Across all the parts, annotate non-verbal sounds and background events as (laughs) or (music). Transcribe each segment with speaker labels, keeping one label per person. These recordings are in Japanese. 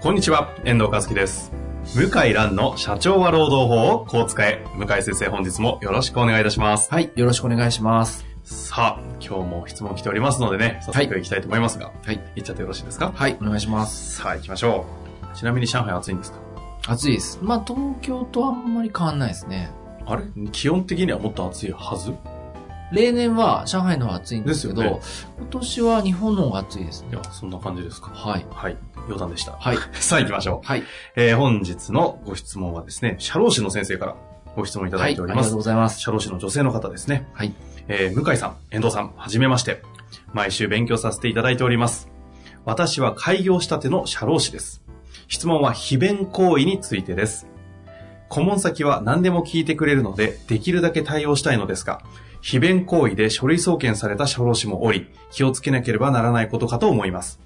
Speaker 1: こんにちは、遠藤和樹です。向井蘭の社長は労働法をこう使え。向井先生、本日もよろしくお願いいたします。
Speaker 2: はい、よろしくお願いします。
Speaker 1: さあ、今日も質問来ておりますのでね、早速行きたいと思いますが、
Speaker 2: はい、
Speaker 1: 行っちゃってよろしいですか
Speaker 2: はい、お願いします。
Speaker 1: さあ、行きましょう。ちなみに上海暑いんですか
Speaker 2: 暑いです。まあ、東京とあんまり変わんないですね。
Speaker 1: あれ気温的にはもっと暑いはずい
Speaker 2: 例年は上海の方が暑いんですけど、
Speaker 1: ですよね
Speaker 2: 今年は日本の方が暑いですね
Speaker 1: や。、そんな感じですか
Speaker 2: はい。
Speaker 1: はい、余談でした。 (laughs)
Speaker 2: はい。
Speaker 1: さあ、行きましょう。
Speaker 2: はい。
Speaker 1: えー、本日のご質問はですね、社労士の先生からご質問いた
Speaker 2: は
Speaker 1: だ
Speaker 2: い。あ
Speaker 1: い
Speaker 2: り
Speaker 1: ており
Speaker 2: が
Speaker 1: ま
Speaker 2: と
Speaker 1: す
Speaker 2: うご。ざいます。
Speaker 1: 社労士の女性の方ですね。
Speaker 2: はい。
Speaker 1: えー向井さん、遠藤さん、はじめまして。毎週勉強させていただいております。私は開業したての社労士です。質問は非弁行為についてです。顧問先は何でも聞いてくれるので、できるだけ対応したいのですが、非弁行為で書類送検された社労士もおり、気をつけなければならないことかと思います。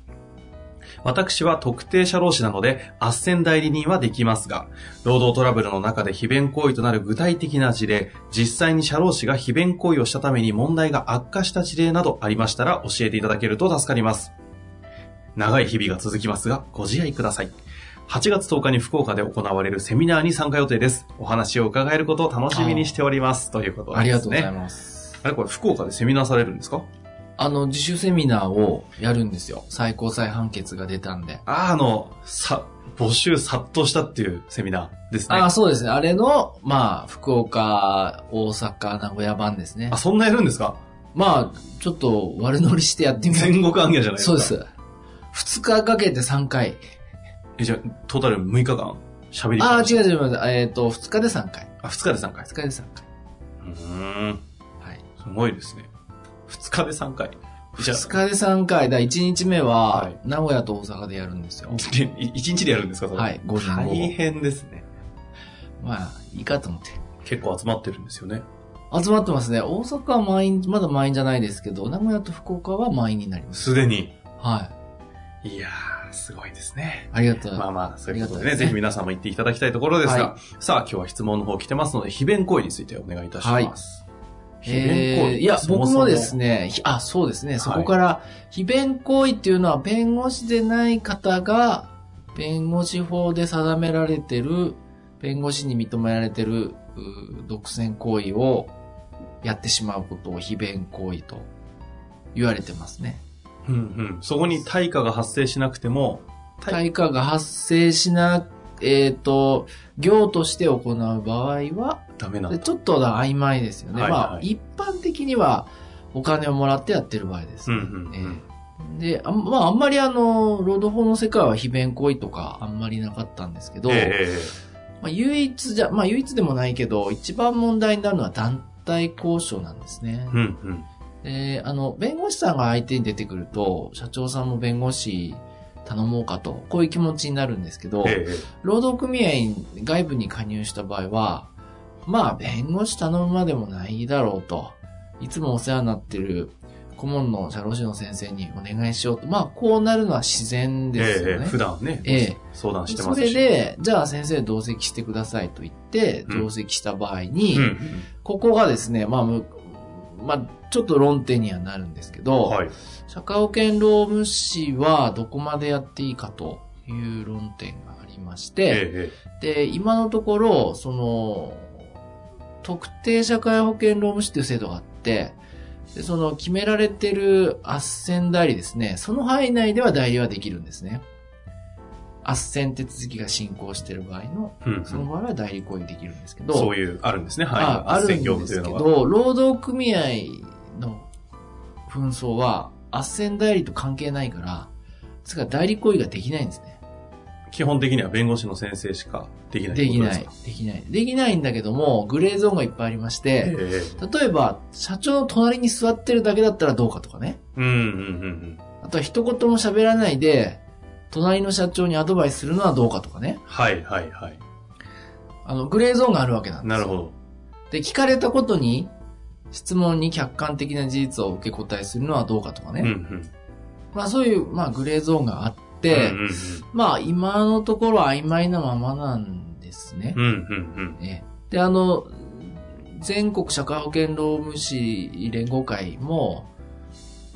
Speaker 1: 私は特定社労士なので、斡旋代理人はできますが、労働トラブルの中で非弁行為となる具体的な事例、実際に社労士が非弁行為をしたために問題が悪化した事例などありましたら教えていただけると助かります。長い日々が続きますが、ご自愛ください。8月10日に福岡で行われるセミナーに参加予定です。お話を伺えることを楽しみにしております。ということですね。
Speaker 2: ありがとうございます。
Speaker 1: あれこれ福岡でセミナーされるんですか
Speaker 2: あの、自主セミナーをやるんですよ。最高裁判決が出たんで。
Speaker 1: あーあの、さ、募集殺到したっていうセミナーですね。
Speaker 2: あ
Speaker 1: あ
Speaker 2: あ、そうですね。あれの、まあ、福岡、大阪、名古屋版ですね。
Speaker 1: そんなやるんですか
Speaker 2: まあ、ちょっと悪乗りしてやってみよ
Speaker 1: 全
Speaker 2: う
Speaker 1: 国案件じゃないです
Speaker 2: そう
Speaker 1: か。
Speaker 2: で。す。二日かけて三回。
Speaker 1: え、じゃあ、トータル6日間喋りっぱ
Speaker 2: ああ、
Speaker 1: なし
Speaker 2: 違う違う違う。えっ、と、二日で三回。
Speaker 1: あ、2日で3回。
Speaker 2: 二日で三回。
Speaker 1: うーん。
Speaker 2: はい。
Speaker 1: すごいですね。2日で3回。じゃ
Speaker 2: 二日で三回。だ、一日目
Speaker 1: は、
Speaker 2: はい名古屋と大阪でやるんですよ。
Speaker 1: 1日でやるんですかそれ
Speaker 2: はい、午前
Speaker 1: 大
Speaker 2: 午後。
Speaker 1: 変ですね。
Speaker 2: まあ、いいかと思って。
Speaker 1: 結構集まってるんですよね。
Speaker 2: 集まってますね。大阪は満員、まだ満員じゃないですけど、名古屋と福岡は満員になります。
Speaker 1: すでに。
Speaker 2: はい
Speaker 1: やー、すごいですね。
Speaker 2: い。ありがとう。
Speaker 1: まあまあ、そういうことで
Speaker 2: あ
Speaker 1: ね、
Speaker 2: りがたいですね
Speaker 1: ぜひ皆さんも行っていただきたいところですが、
Speaker 2: は
Speaker 1: さあ、今日は質問の方来てますので、非弁行為についてお願いいたします。非弁行為
Speaker 2: えーいや、僕もです
Speaker 1: ね。
Speaker 2: ね、ひあ、そうですね、そこから、非弁行為っていうのは、弁護士でない方が、弁護士法で定められてる、弁護士に認められてる、うー独占行為をやってしまうことを非弁行為と言われてますね。
Speaker 1: うんうん。そこに対価が発生しなくても、はい
Speaker 2: 対価が発生しな、えっ、と、業として行う場合は、
Speaker 1: ダメなん
Speaker 2: で
Speaker 1: だ。
Speaker 2: ちょっとだ曖昧ですよね。
Speaker 1: はいはい
Speaker 2: まあ、一般的には、お金をもらってやってる場合です。
Speaker 1: うんうんうん
Speaker 2: ええで、あんまあ、あんまりあの、労働法の世界は非弁行為とかあんまりなかったんですけど、
Speaker 1: え
Speaker 2: まあ、唯一じゃ、まあ唯一でもないけど、一番問題になるのは団体交渉なんですね
Speaker 1: え。うんうん。
Speaker 2: で、あの、弁護士さんが相手に出てくると、社長さんも弁護士頼もうかと、こういう気持ちになるんですけど、
Speaker 1: ええ
Speaker 2: 労働組合員外部に加入した場合は、まあ、弁護士頼むまでもないだろうと、いつもお世話になってる顧問の社労士の先生にお願いしようと、まあ、こうなるのは自然です
Speaker 1: え
Speaker 2: よ
Speaker 1: え
Speaker 2: ね。
Speaker 1: 普段ね、
Speaker 2: ええ
Speaker 1: 相談してま
Speaker 2: そ
Speaker 1: すし。
Speaker 2: れで、じゃあ先生同席してくださいと言って、
Speaker 1: うん
Speaker 2: 同席した場合に、
Speaker 1: うんうん、
Speaker 2: ここがですね、まあ、むまあ、ちょっと論点にはなるんですけど、
Speaker 1: はい。
Speaker 2: 社会保険労務士はどこまでやっていいかという論点がありまして、
Speaker 1: ええ
Speaker 2: で、今のところ、その、特定社会保険労務士っていう制度があって、でその決められてる斡旋代理ですね、その範囲内では代理はできるんですね。斡旋手続きが進行してる場合の、
Speaker 1: うんうん
Speaker 2: その場合は代理行為できるんですけど、
Speaker 1: そういう、あるんですね。はい。
Speaker 2: ああるん
Speaker 1: 専業
Speaker 2: で
Speaker 1: 部とい
Speaker 2: す
Speaker 1: う
Speaker 2: け
Speaker 1: のは。
Speaker 2: ど、労働組合の紛争は、斡旋代理と関係ないから、つまり代理行為ができないんですね。
Speaker 1: 基本的には弁護士の先生しかできないって
Speaker 2: で
Speaker 1: こ
Speaker 2: き
Speaker 1: と
Speaker 2: な
Speaker 1: です
Speaker 2: い
Speaker 1: か。
Speaker 2: できない。できないんだけども、グレーゾーンがいっぱいありまして、
Speaker 1: ええ
Speaker 2: 例えば、社長の隣に座ってるだけだったらどうかとかね。
Speaker 1: うんうんうんうん。
Speaker 2: あとは一言も喋らないで、隣の社長にアドバイスするのはどうかとかね。
Speaker 1: はいはいはい。
Speaker 2: あの、グレーゾーンがあるわけなんです
Speaker 1: な
Speaker 2: よ。
Speaker 1: るほど。
Speaker 2: で、聞かれたことに、質問に客観的な事実を受け答えするのはどうかとかね。
Speaker 1: うんうん。
Speaker 2: まあそういう、まあグレーゾーンがあっ
Speaker 1: うん
Speaker 2: て、
Speaker 1: うん
Speaker 2: まあ今のところ曖昧なままなんですね。
Speaker 1: うんうんうん。
Speaker 2: ええで、あの、全国社会保険労務士連合会も、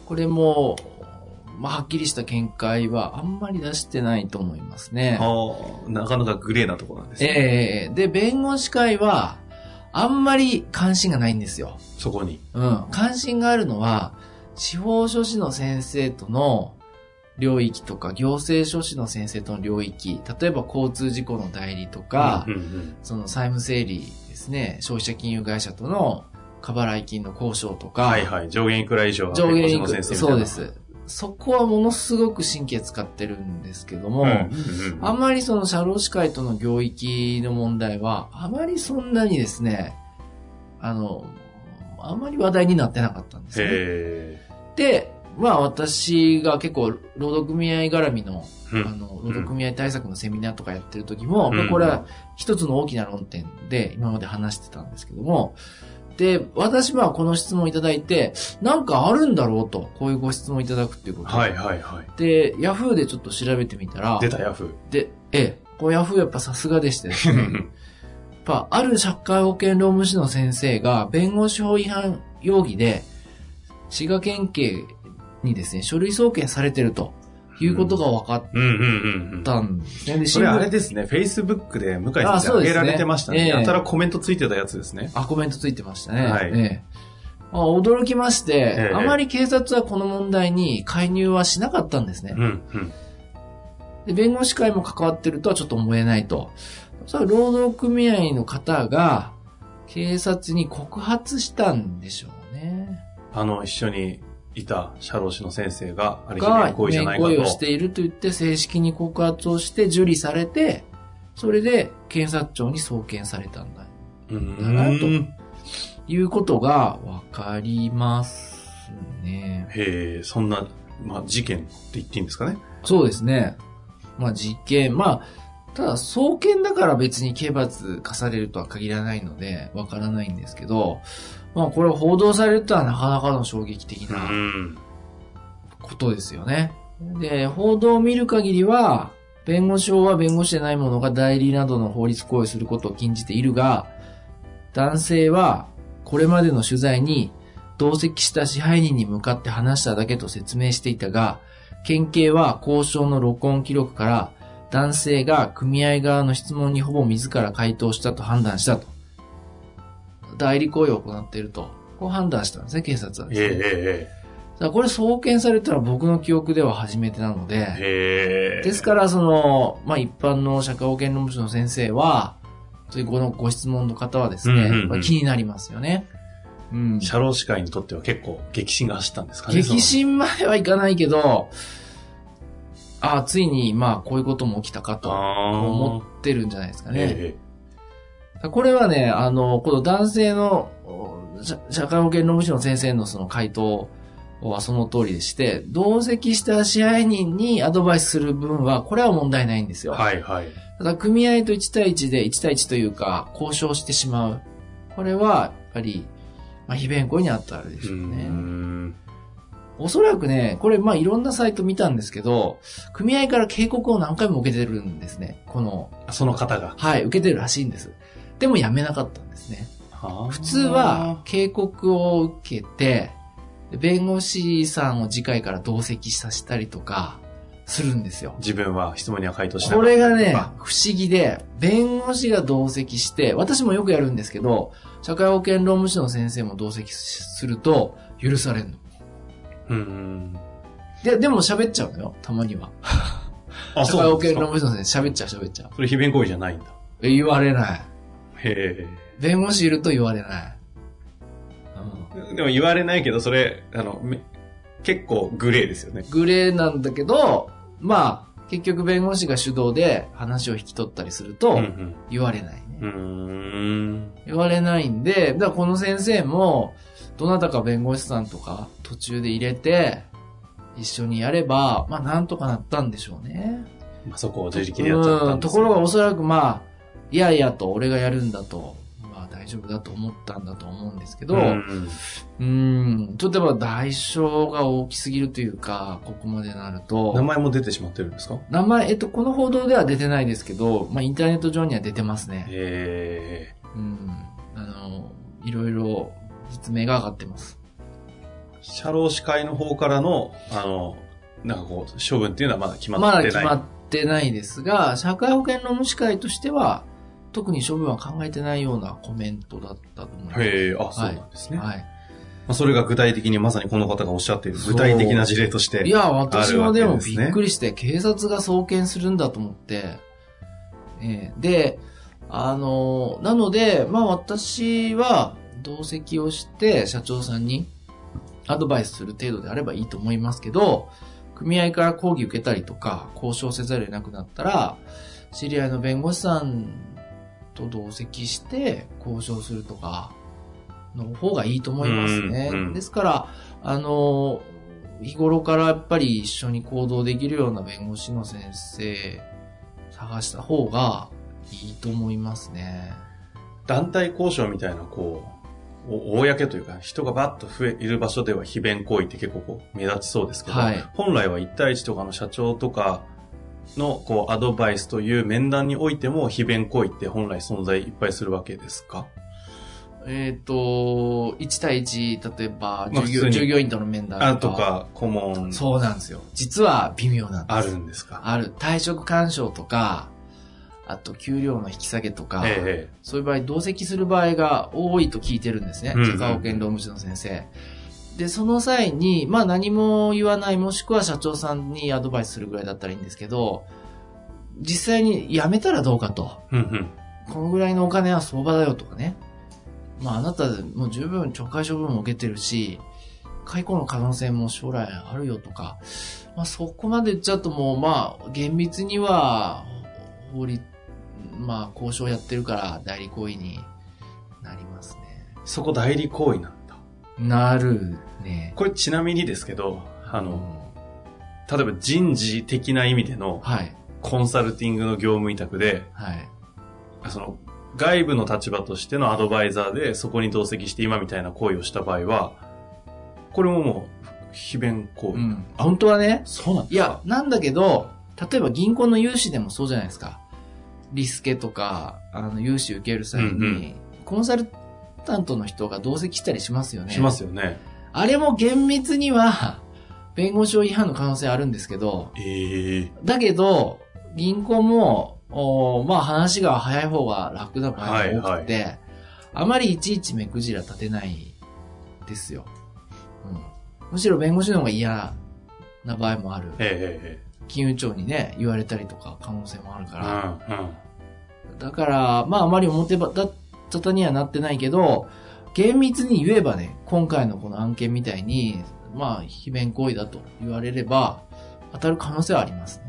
Speaker 2: これも、まあはっきりした見解はあんまり出してないと思いますね。
Speaker 1: ああ、なかなかグレーなところなんです
Speaker 2: ええ
Speaker 1: ね。
Speaker 2: ええで、弁護士会は、あんまり関心がないんですよ。
Speaker 1: そこに。
Speaker 2: うん、関心があるのは、司法書士の先生との領域とか、行政書士の先生との領域、例えば交通事故の代理とか、
Speaker 1: うんうん
Speaker 2: その債務整理ですね、消費者金融会社との過払い金の交渉とか、
Speaker 1: はいはい。上限いくら以上は
Speaker 2: 上限
Speaker 1: 弁
Speaker 2: い
Speaker 1: 護士の
Speaker 2: く、
Speaker 1: 先生みたいな
Speaker 2: そうで。す。そこはものすごく神経使ってるんですけども、
Speaker 1: うんうんうん。
Speaker 2: あんまりその社労士会との領域の問題は、あまりそんなにですね、あの、あまり話題になってなかったんですね。
Speaker 1: へ
Speaker 2: で、まあ私が結構、労働組合絡みの、
Speaker 1: え。う
Speaker 2: あ
Speaker 1: ん
Speaker 2: の、労働組合対策のセミナーとかやってる時も、
Speaker 1: うん
Speaker 2: まあこれは一つの大きな論点で今まで話してたんですけども、で、私はこの質問いただいて、なんかあるんだろうと、こういうご質問いただくっていうことで。
Speaker 1: はいはいはい。
Speaker 2: で、ヤフーでちょっと調べてみたら、
Speaker 1: 出たヤフ
Speaker 2: で、ええ、こうヤフーやっぱさすが
Speaker 1: (laughs)
Speaker 2: でしてですね、やっ
Speaker 1: ー。
Speaker 2: ぱある社会保険労務士の先生が弁護士法違反容疑で、滋賀県警にですね、書類送検されてるということが分かっ
Speaker 1: うんうんうんうん。
Speaker 2: たんですね。で
Speaker 1: それあ
Speaker 2: 新
Speaker 1: れ
Speaker 2: 聞
Speaker 1: ですね、Facebook で向井先
Speaker 2: あ
Speaker 1: 生
Speaker 2: そう
Speaker 1: 上げ
Speaker 2: ですね
Speaker 1: られてましたね。
Speaker 2: ええ
Speaker 1: やたらコメントついてたやつですね。
Speaker 2: あ、コメントついてましたね。
Speaker 1: はい
Speaker 2: ええあ驚きまして、
Speaker 1: ええ
Speaker 2: あまり警察はこの問題に介入はしなかったんですね。
Speaker 1: うんうん。
Speaker 2: で、弁護士会も関わってるとはちょっと思えないと。それは労働組合の方が警察に告発したんでしょうね。
Speaker 1: あの、一緒にいた社労士の先生が、あれ非
Speaker 2: が、
Speaker 1: 面
Speaker 2: 行
Speaker 1: 行為じゃないかと。
Speaker 2: 為をしていると言って正式に告発をして受理されて、それで検察庁に送検されたんだ。
Speaker 1: う
Speaker 2: だ
Speaker 1: ー。
Speaker 2: なんいうことがわかりますね。
Speaker 1: へえ、そんな、まあ、事件って言っていいんですかね。
Speaker 2: そうですね。まあ実験、まあ、ただ送検だから別に刑罰課されるとは限らないので、わからないんですけど、まあこれ報道されるとはなかなかの衝撃的
Speaker 1: う。
Speaker 2: なんことですよね。で、報道を見る限りは、弁護士法は弁護士でない者が代理などの法律行為をすることを禁じているが、男性はこれまでの取材に同席した支配人に向かって話しただけと説明していたが、県警は交渉の録音記録から男性が組合側の質問にほぼ自ら回答したと判断したと。代理行為を行っていると。こう判断したんですね、警察は
Speaker 1: え
Speaker 2: で
Speaker 1: え
Speaker 2: すね。
Speaker 1: え
Speaker 2: だからこれ送検されたら僕の記憶では初めてなの
Speaker 1: え
Speaker 2: で、
Speaker 1: へえ。
Speaker 2: ですからその、まあ、一般の社会保険労務士の先生は、そういうこのご質問の方はですね、
Speaker 1: うんうんうん
Speaker 2: まあ気になりますよね。うん。
Speaker 1: 社労士会にとっては結構激震が走ったんですかね。
Speaker 2: 激震まではいかないけど、ああ、ついに、まあ、こういうことも起きたか
Speaker 1: そ
Speaker 2: と
Speaker 1: の
Speaker 2: 思
Speaker 1: あ
Speaker 2: ってるんじゃないですか
Speaker 1: あ。
Speaker 2: ね。
Speaker 1: え
Speaker 2: これはね、あの、この男性の、お社社会保険労務士の先生のその回答はその通りでして、同席した支配人にアドバイスする分は、これは問題ないんです
Speaker 1: え。
Speaker 2: よ。
Speaker 1: はいはい。
Speaker 2: ただ、組合と1対1で、1対1というか、交渉してしまう。これは、やっぱり、まあ、非弁護にあったあるで
Speaker 1: う
Speaker 2: しょ
Speaker 1: ー
Speaker 2: うね。
Speaker 1: ん。
Speaker 2: おそらくね、これ、まあ、いろんなサイト見たんですけど、組合から警告を何回も受けてるんですね。この、
Speaker 1: その方が。
Speaker 2: はい、受けてるらしいんです。でも、やめなかったんですね。
Speaker 1: 普
Speaker 2: 普通は、警告を受けて、弁護士さんを次回から同席させたりとかするんですよ。
Speaker 1: 自分は質問には回答しなか
Speaker 2: こ
Speaker 1: った
Speaker 2: れがね
Speaker 1: あ、
Speaker 2: 不思議で、弁護士が同席して、私もよくやるんですけど、社会保険労務士の先生も同席すると許されるの。
Speaker 1: うん。
Speaker 2: で、でも喋っちゃうのよ、たまには。
Speaker 1: あ、
Speaker 2: 社
Speaker 1: そう
Speaker 2: 会
Speaker 1: な
Speaker 2: 保
Speaker 1: んで
Speaker 2: 険
Speaker 1: す
Speaker 2: 労
Speaker 1: か。
Speaker 2: 務士の先生喋っちゃう喋っちゃう。
Speaker 1: それ非弁行為じゃないんだ。
Speaker 2: え言われない。
Speaker 1: へえ。
Speaker 2: 弁護士いると言われない。うん
Speaker 1: でも言われないけど、それ、あの、め結構グレーですよね。
Speaker 2: グレーなんだけど、まあ、結局弁護士が主導で話を引き取ったりすると
Speaker 1: う、ん
Speaker 2: 言われないね。
Speaker 1: うん。うん。
Speaker 2: 言われないんで、だからこの先生も、どなたか弁護士さんとか途中で入れて、一緒にやれば、まあなんとかなったんでしょうね。
Speaker 1: まあ、そこを自力でやっちゃった
Speaker 2: うん
Speaker 1: んで
Speaker 2: と
Speaker 1: す
Speaker 2: ころがお
Speaker 1: が、
Speaker 2: そらくまあ、いやいやと俺がやるんだと、まあ大丈夫だと思ったんだと思うんですけど、
Speaker 1: うん
Speaker 2: うんちょっとやっぱ代償が大きすぎるというか、ここまでなると。
Speaker 1: 名前も出てしまってるんですか
Speaker 2: 名前、えっと、この報道では出てないですけど、まあ、インターネット上には出てますね。
Speaker 1: ええ
Speaker 2: うん。あの、いろいろ、実名が上がってます。
Speaker 1: 社労士会の方からの、あの、なんかこう、処分っていうのはまだ決ま
Speaker 2: まだ
Speaker 1: って
Speaker 2: 決
Speaker 1: ない。
Speaker 2: まってないですが、社会保険労務士会としては、特に処分は考えてないようなコメントだったと思います。
Speaker 1: へえ、あ、そうなんですね。
Speaker 2: はい。
Speaker 1: まあ、それが具体的にまさにこの方がおっしゃっている具体的な事例として。
Speaker 2: いや、私もで
Speaker 1: ある
Speaker 2: も
Speaker 1: わけです
Speaker 2: び
Speaker 1: ね
Speaker 2: っくりして、警察が送検するんだと思って、ええで、あの、なので、まあ私は同席をして社長さんにアドバイスする程度であればいいと思いますけど、組合から抗議受けたりとか、交渉せざるを得なくなったら、知り合いの弁護士さんと同席して交渉するとか、の方がいいと思いますね。
Speaker 1: うんうん
Speaker 2: ですから、あの、日頃からやっぱり一緒に行動できるような弁護士の先生探した方がいいと思いますね。
Speaker 1: 団体交渉みたいな、こう、お公というか、人がバッと増え、いる場所では非弁行為って結構こう、目立ちそうですけど、
Speaker 2: はい
Speaker 1: 本来は一対一とかの社長とかの、こう、アドバイスという面談においても、非弁行為って本来存在いっぱいするわけですか
Speaker 2: えっ、と、1対1、例えば
Speaker 1: まあ
Speaker 2: 従
Speaker 1: 普
Speaker 2: 業
Speaker 1: 通に
Speaker 2: 従業員との面談
Speaker 1: あとか、顧問、
Speaker 2: そうなんですよ。実は微妙なんです。
Speaker 1: あるんですか
Speaker 2: ある。退職干渉とか、あと給料の引き下げとか、
Speaker 1: え
Speaker 2: そういう場合、同席する場合が多いと聞いてるんですね。
Speaker 1: うんうん
Speaker 2: 社会保険労務士の先生。で、その際に、まあ何も言わない、もしくは社長さんにアドバイスするぐらいだったらいいんですけど、実際に辞めたらどうかと。
Speaker 1: え。うんうん。
Speaker 2: このぐらいのお金は相場だよとかね。まああなたもう十分懲戒処分も受けてるし、解雇の可能性も将来あるよとか、まあそこまで言っちゃうともうまあ厳密には法律、まあ交渉やってるから代理行為になりますね。
Speaker 1: そこ代理行為なんだ。
Speaker 2: なるね。
Speaker 1: これちなみにですけど、あ
Speaker 2: あ
Speaker 1: の、例えば人事的な意味での
Speaker 2: はい、
Speaker 1: コンサルティングの業務委託で、
Speaker 2: はい。
Speaker 1: その、外部の立場としてのアドバイザーで、そこに同席して今みたいな行為をした場合は、これももう、非弁行為。
Speaker 2: うん。本当はね、
Speaker 1: そうなん
Speaker 2: いや、なんだけど、例えば銀行の融資でもそうじゃないですか。リスケとか、あの、融資受ける際
Speaker 1: うんう
Speaker 2: に、コンサルタントの人が同席したりしますよね。
Speaker 1: しますよね。
Speaker 2: あれも厳密には、弁護士法違反の可能性あるんですけど、
Speaker 1: ええ
Speaker 2: だけど、銀行も、おーまあ話が早い方が楽な場合が多くて、あまりいちいち目くじら立てないですよ。うん。むしろ弁護士の方が嫌な場合もある。
Speaker 1: ええ
Speaker 2: 金融庁にね、言われたりとか可能性もある
Speaker 1: え
Speaker 2: から。
Speaker 1: えうん、うん。
Speaker 2: だから、まああまり表ばだ沙汰にはなってないけど、厳密に言えばね、今回のこの案件みたいに、まあ、非弁行為だと言われれば、当たる可能性はありますね。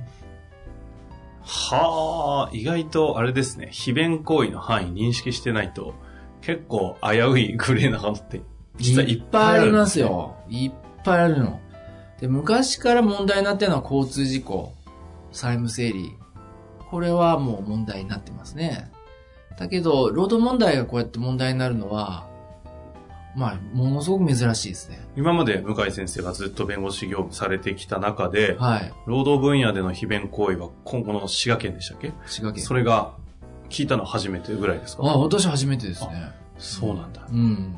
Speaker 1: はあ、意外とあれですね、非弁行為の範囲認識してないと、結構危ういグレーなことって、実はいっぱいある
Speaker 2: いっぱいあり
Speaker 1: んで
Speaker 2: ますす
Speaker 1: ね
Speaker 2: よ。いっぱいあるの。で、昔から問題になってるのは交通事故、債務整理。これはもう問題になってますね。だけど、労働問題がこうやって問題になるのは、まあ、ものすごく珍しいですね。
Speaker 1: 今まで向井先生がずっと弁護士業務されてきた中で、
Speaker 2: はい。
Speaker 1: 労働分野での非弁行為は今後の滋賀県でしたっけ
Speaker 2: 滋賀県。
Speaker 1: それが聞いたの初めてぐらいですか
Speaker 2: あ、私初めてですね。
Speaker 1: そうなんだ。
Speaker 2: うん。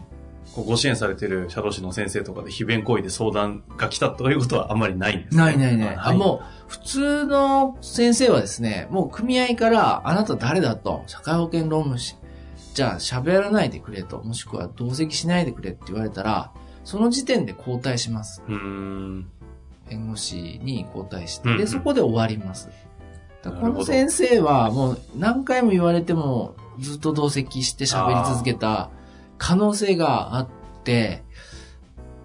Speaker 1: こうご支援されてる社労士の先生とかで非弁行為で相談が来たということはあんまりないんですね
Speaker 2: ないないない。
Speaker 1: は
Speaker 2: あもう、普通の先生はですね、もう組合から、あなた誰だと、社会保険労務士、じゃあ喋らないでくれと、もしくは同席しないでくれって言われたら、その時点で交代します。
Speaker 1: うーん。
Speaker 2: 弁護士に交代し
Speaker 1: うん
Speaker 2: て、
Speaker 1: うん
Speaker 2: で、そこで終わります。だからこ
Speaker 1: なるほど
Speaker 2: の先生は、もう何回も言われても、ずっと同席して喋り続けた可能性があって、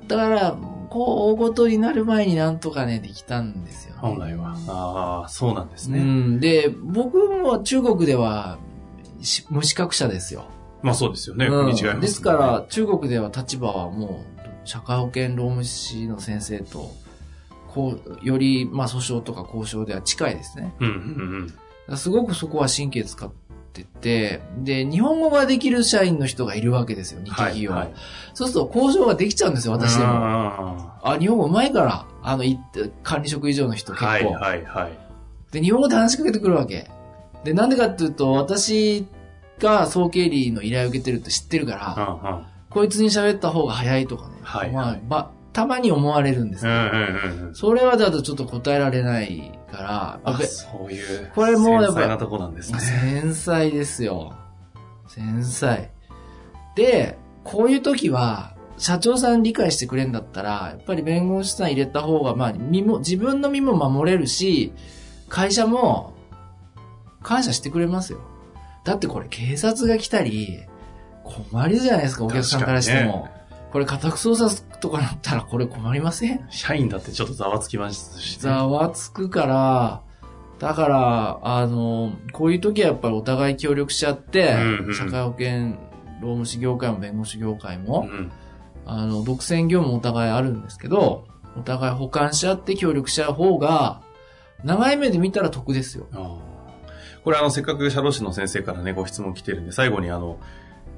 Speaker 2: だから、こう、大ごとになる前になんとかね、できたんですよ、ね。
Speaker 1: 本来は。ああ、そうなんです
Speaker 2: う
Speaker 1: ね。
Speaker 2: ん。で、僕も中国では、し無資格者ですよ。
Speaker 1: まあそうですよね。
Speaker 2: うん
Speaker 1: 国違いますもんね
Speaker 2: ですか、ら、中国では立場はもう、社会保険労務士の先生と、こう、より、まあ、訴訟とか交渉では近いですね。
Speaker 1: うんうん
Speaker 2: だからすごくそこは神経使ってて、で、日本語ができる社員の人がいるわけですよ、日
Speaker 1: うん。
Speaker 2: 系企業は。
Speaker 1: はいはい
Speaker 2: そうすると交渉ができちゃうんですよ、私でも。
Speaker 1: あ
Speaker 2: あ、日本語うまいから、あの、い管理職以上の人
Speaker 1: ー
Speaker 2: 結構。
Speaker 1: はいはいはい。
Speaker 2: で、日本語で話しかけてくるわけ。で、なんでかっていうと、私が総経理の依頼を受けてるって知ってるから、
Speaker 1: うんうん
Speaker 2: こいつに喋った方が早いとかね。
Speaker 1: はい
Speaker 2: まあ、ば、たまに思われるんです
Speaker 1: う
Speaker 2: け
Speaker 1: ん
Speaker 2: ど、
Speaker 1: うんうんうん。
Speaker 2: それはだとちょっと答えられないから、
Speaker 1: あ
Speaker 2: べ
Speaker 1: そういう。
Speaker 2: これもうやっぱ
Speaker 1: 繊細なとこなんですね。
Speaker 2: 繊細ですよ。繊細。で、こういう時は、社長さん理解してくれんだったら、やっぱり弁護士さん入れた方が、まあ、身も、自分の身も守れるし、会社も、感謝してくれますよ。だってこれ警察が来たり、困るじゃないですか、お客さんからしても。これ家宅捜査とかなったらこれ困りません
Speaker 1: 社員だってちょっとざわつきますしね。
Speaker 2: ざわつくから、だから、あの、こういう時はやっぱりお互い協力しちゃって、
Speaker 1: うんうん
Speaker 2: 社会保険、労務士業界も弁護士業界
Speaker 1: う
Speaker 2: も、
Speaker 1: ん。
Speaker 2: あの、独占業務もお互いあるんですけど、お互い補完し合って協力し合う方が、長い目で見たら得ですよ。
Speaker 1: あーこれあの、せっかく社労士の先生からね、ご質問来てるんで、最後にあの、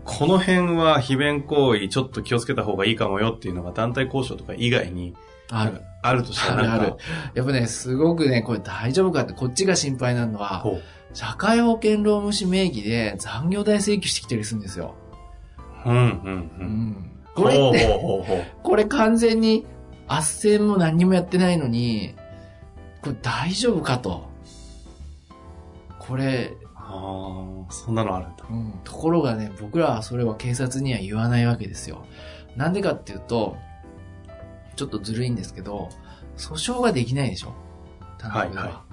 Speaker 1: この辺は非弁行為ちょっと気をつけた方がいいかもよっていうのが団体交渉とか以外に
Speaker 2: ある。
Speaker 1: あるとした
Speaker 2: あ
Speaker 1: ら
Speaker 2: る
Speaker 1: な
Speaker 2: あ
Speaker 1: んか
Speaker 2: る。やっぱね、すごくね、これ大丈夫かって、こっちが心配なのは、
Speaker 1: ほう
Speaker 2: 社会保険労務士名義で残業代請求してきてるりするんですよ。
Speaker 1: うんうん
Speaker 2: う
Speaker 1: うん。
Speaker 2: ん。これって、
Speaker 1: ほうほうほうほう
Speaker 2: これ完全に、圧旋も何にもやってないのに、これ大丈夫かと。これ、
Speaker 1: ああ、そんなのあるんだ。
Speaker 2: うん、ところがね、僕らはそれは警察には言わないわけですよ。なんでかっていうと、ちょっとずるいんですけど、訴訟ができないでしょ田中は、
Speaker 1: は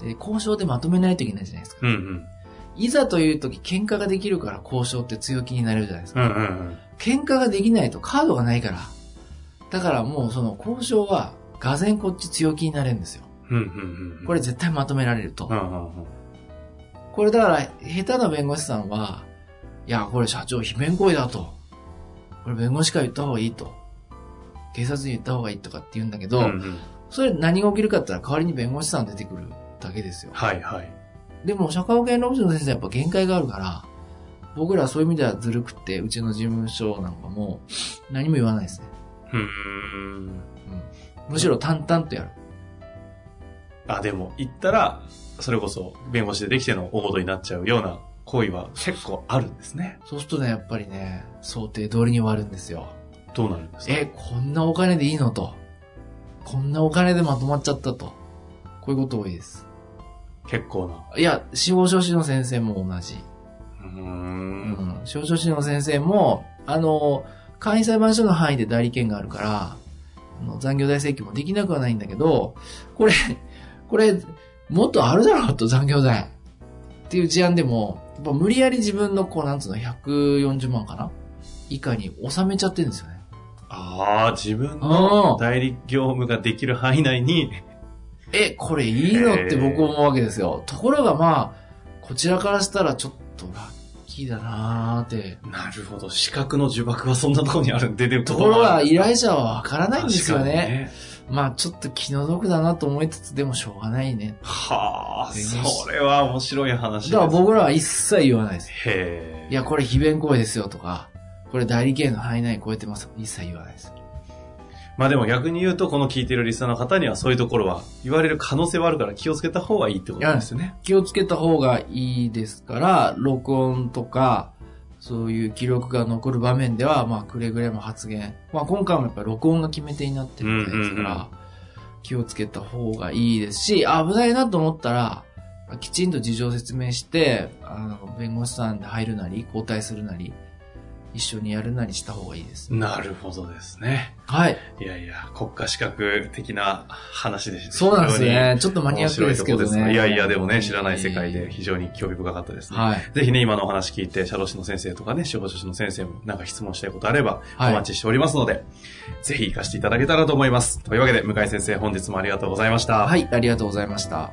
Speaker 1: い
Speaker 2: で、交渉でまとめないといけないじゃないですか。
Speaker 1: うんうん。
Speaker 2: いざという時、喧嘩ができるから交渉って強気になれるじゃないですか
Speaker 1: うんうん
Speaker 2: 喧嘩ができないとカードがないから。だからもうその交渉は、がぜんこっち強気になれるんですよ。
Speaker 1: うん。うんうんうん。
Speaker 2: これ、絶対まとめられると
Speaker 1: う。んうんうん。
Speaker 2: これだから、下手な弁護士さんは、いや、これ社長、非弁行為だと。これ弁護士から言った方がいいと。警察に言った方がいいとかって言うんだけど、
Speaker 1: うんうん
Speaker 2: それ何が起きるかって言ったら代わりに弁護士さん出てくるだけですよ。
Speaker 1: はいはい。
Speaker 2: でも、社会保険労務士の先生はやっぱ限界があるから、僕らはそういう意味ではずるくって、うちの事務所なんかも何も言わないですね。
Speaker 1: うーん。
Speaker 2: むしろ淡々とやる。
Speaker 1: あ、でも、言ったら、それこそ、弁護士でできての大ごとになっちゃうような行為は結構あるんですね。
Speaker 2: そうするとね、やっぱりね、想定通りに終わるんですよ。
Speaker 1: どうなるんですか
Speaker 2: え、こんなお金でいいのと。こんなお金でまとまっちゃったと。こういうこと多いです。
Speaker 1: 結構な。
Speaker 2: いや、司法書士の先生も同じ。
Speaker 1: うー。
Speaker 2: うんん。司法書士の先生も、あの、簡易裁判所の範囲で代理権があるから、あの残業代請求もできなくはないんだけど、これ、これ、もっとあるだろうと残業代。っていう事案でも、やっぱ無理やり自分のこう、なんつうの、140万かな以下に収めちゃってるんですよね。
Speaker 1: ああ、自分
Speaker 2: あ
Speaker 1: の
Speaker 2: ー
Speaker 1: 代理業務ができる範囲内に、
Speaker 2: え、これいいのって僕思うわけですよ。ところがまあ、こちらからしたらちょっとラッキーだなーって。
Speaker 1: なるほど、資格の呪縛はそんなところにあるんで、でも
Speaker 2: ところが依
Speaker 1: い
Speaker 2: 頼者はわからないんですよね。まあちょっと気の毒だなと思いつつ、でもしょうがないね。
Speaker 1: はあ、
Speaker 2: 弁護士
Speaker 1: それは面白い話です。
Speaker 2: だから僕らは一切言わないです。
Speaker 1: へえ。
Speaker 2: いや、これ非弁行為ですよとか、これ代理権の範囲内超えてます。一切言わないです。
Speaker 1: まあでも逆に言うと、この聞いてるリスナーの方にはそういうところは言われる可能性はあるから気をつけた方がいいってことなんですよね。
Speaker 2: 気をつけた方がいいですから、録音とか、そういう記録が残る場面では、まあ、くれぐれも発言。まあ、今回もやっぱり録音が決め手になってるみたいですから、
Speaker 1: うんうんうん
Speaker 2: 気をつけた方がいいですし、あ危ないなと思ったら、きちんと事情を説明して、あの、弁護士さんで入るなり、交代するなり、一緒にやるなりした方がいいです。
Speaker 1: なるほどですね。
Speaker 2: はい。
Speaker 1: いやいや、国家資格的な話でした。
Speaker 2: そうなんです
Speaker 1: 非常に
Speaker 2: ね。ちょっとマニ
Speaker 1: 面
Speaker 2: アック
Speaker 1: 白い
Speaker 2: で
Speaker 1: と
Speaker 2: す
Speaker 1: こ
Speaker 2: け
Speaker 1: ろ
Speaker 2: ど
Speaker 1: です
Speaker 2: ね。
Speaker 1: ね。いやいや、でもね、知らない世界で。非常に興味深かったですね。
Speaker 2: はい。
Speaker 1: ぜひね、今のお話聞いて、社労士の先生とかね、司法書士の先生もなんか質問したいことあれば、お
Speaker 2: はい
Speaker 1: 待ちしておりますので、ぜひ活かしていただけたらと思います。というわけで、向井先生、本日もありがとうございました。
Speaker 2: はい、ありがとうございました。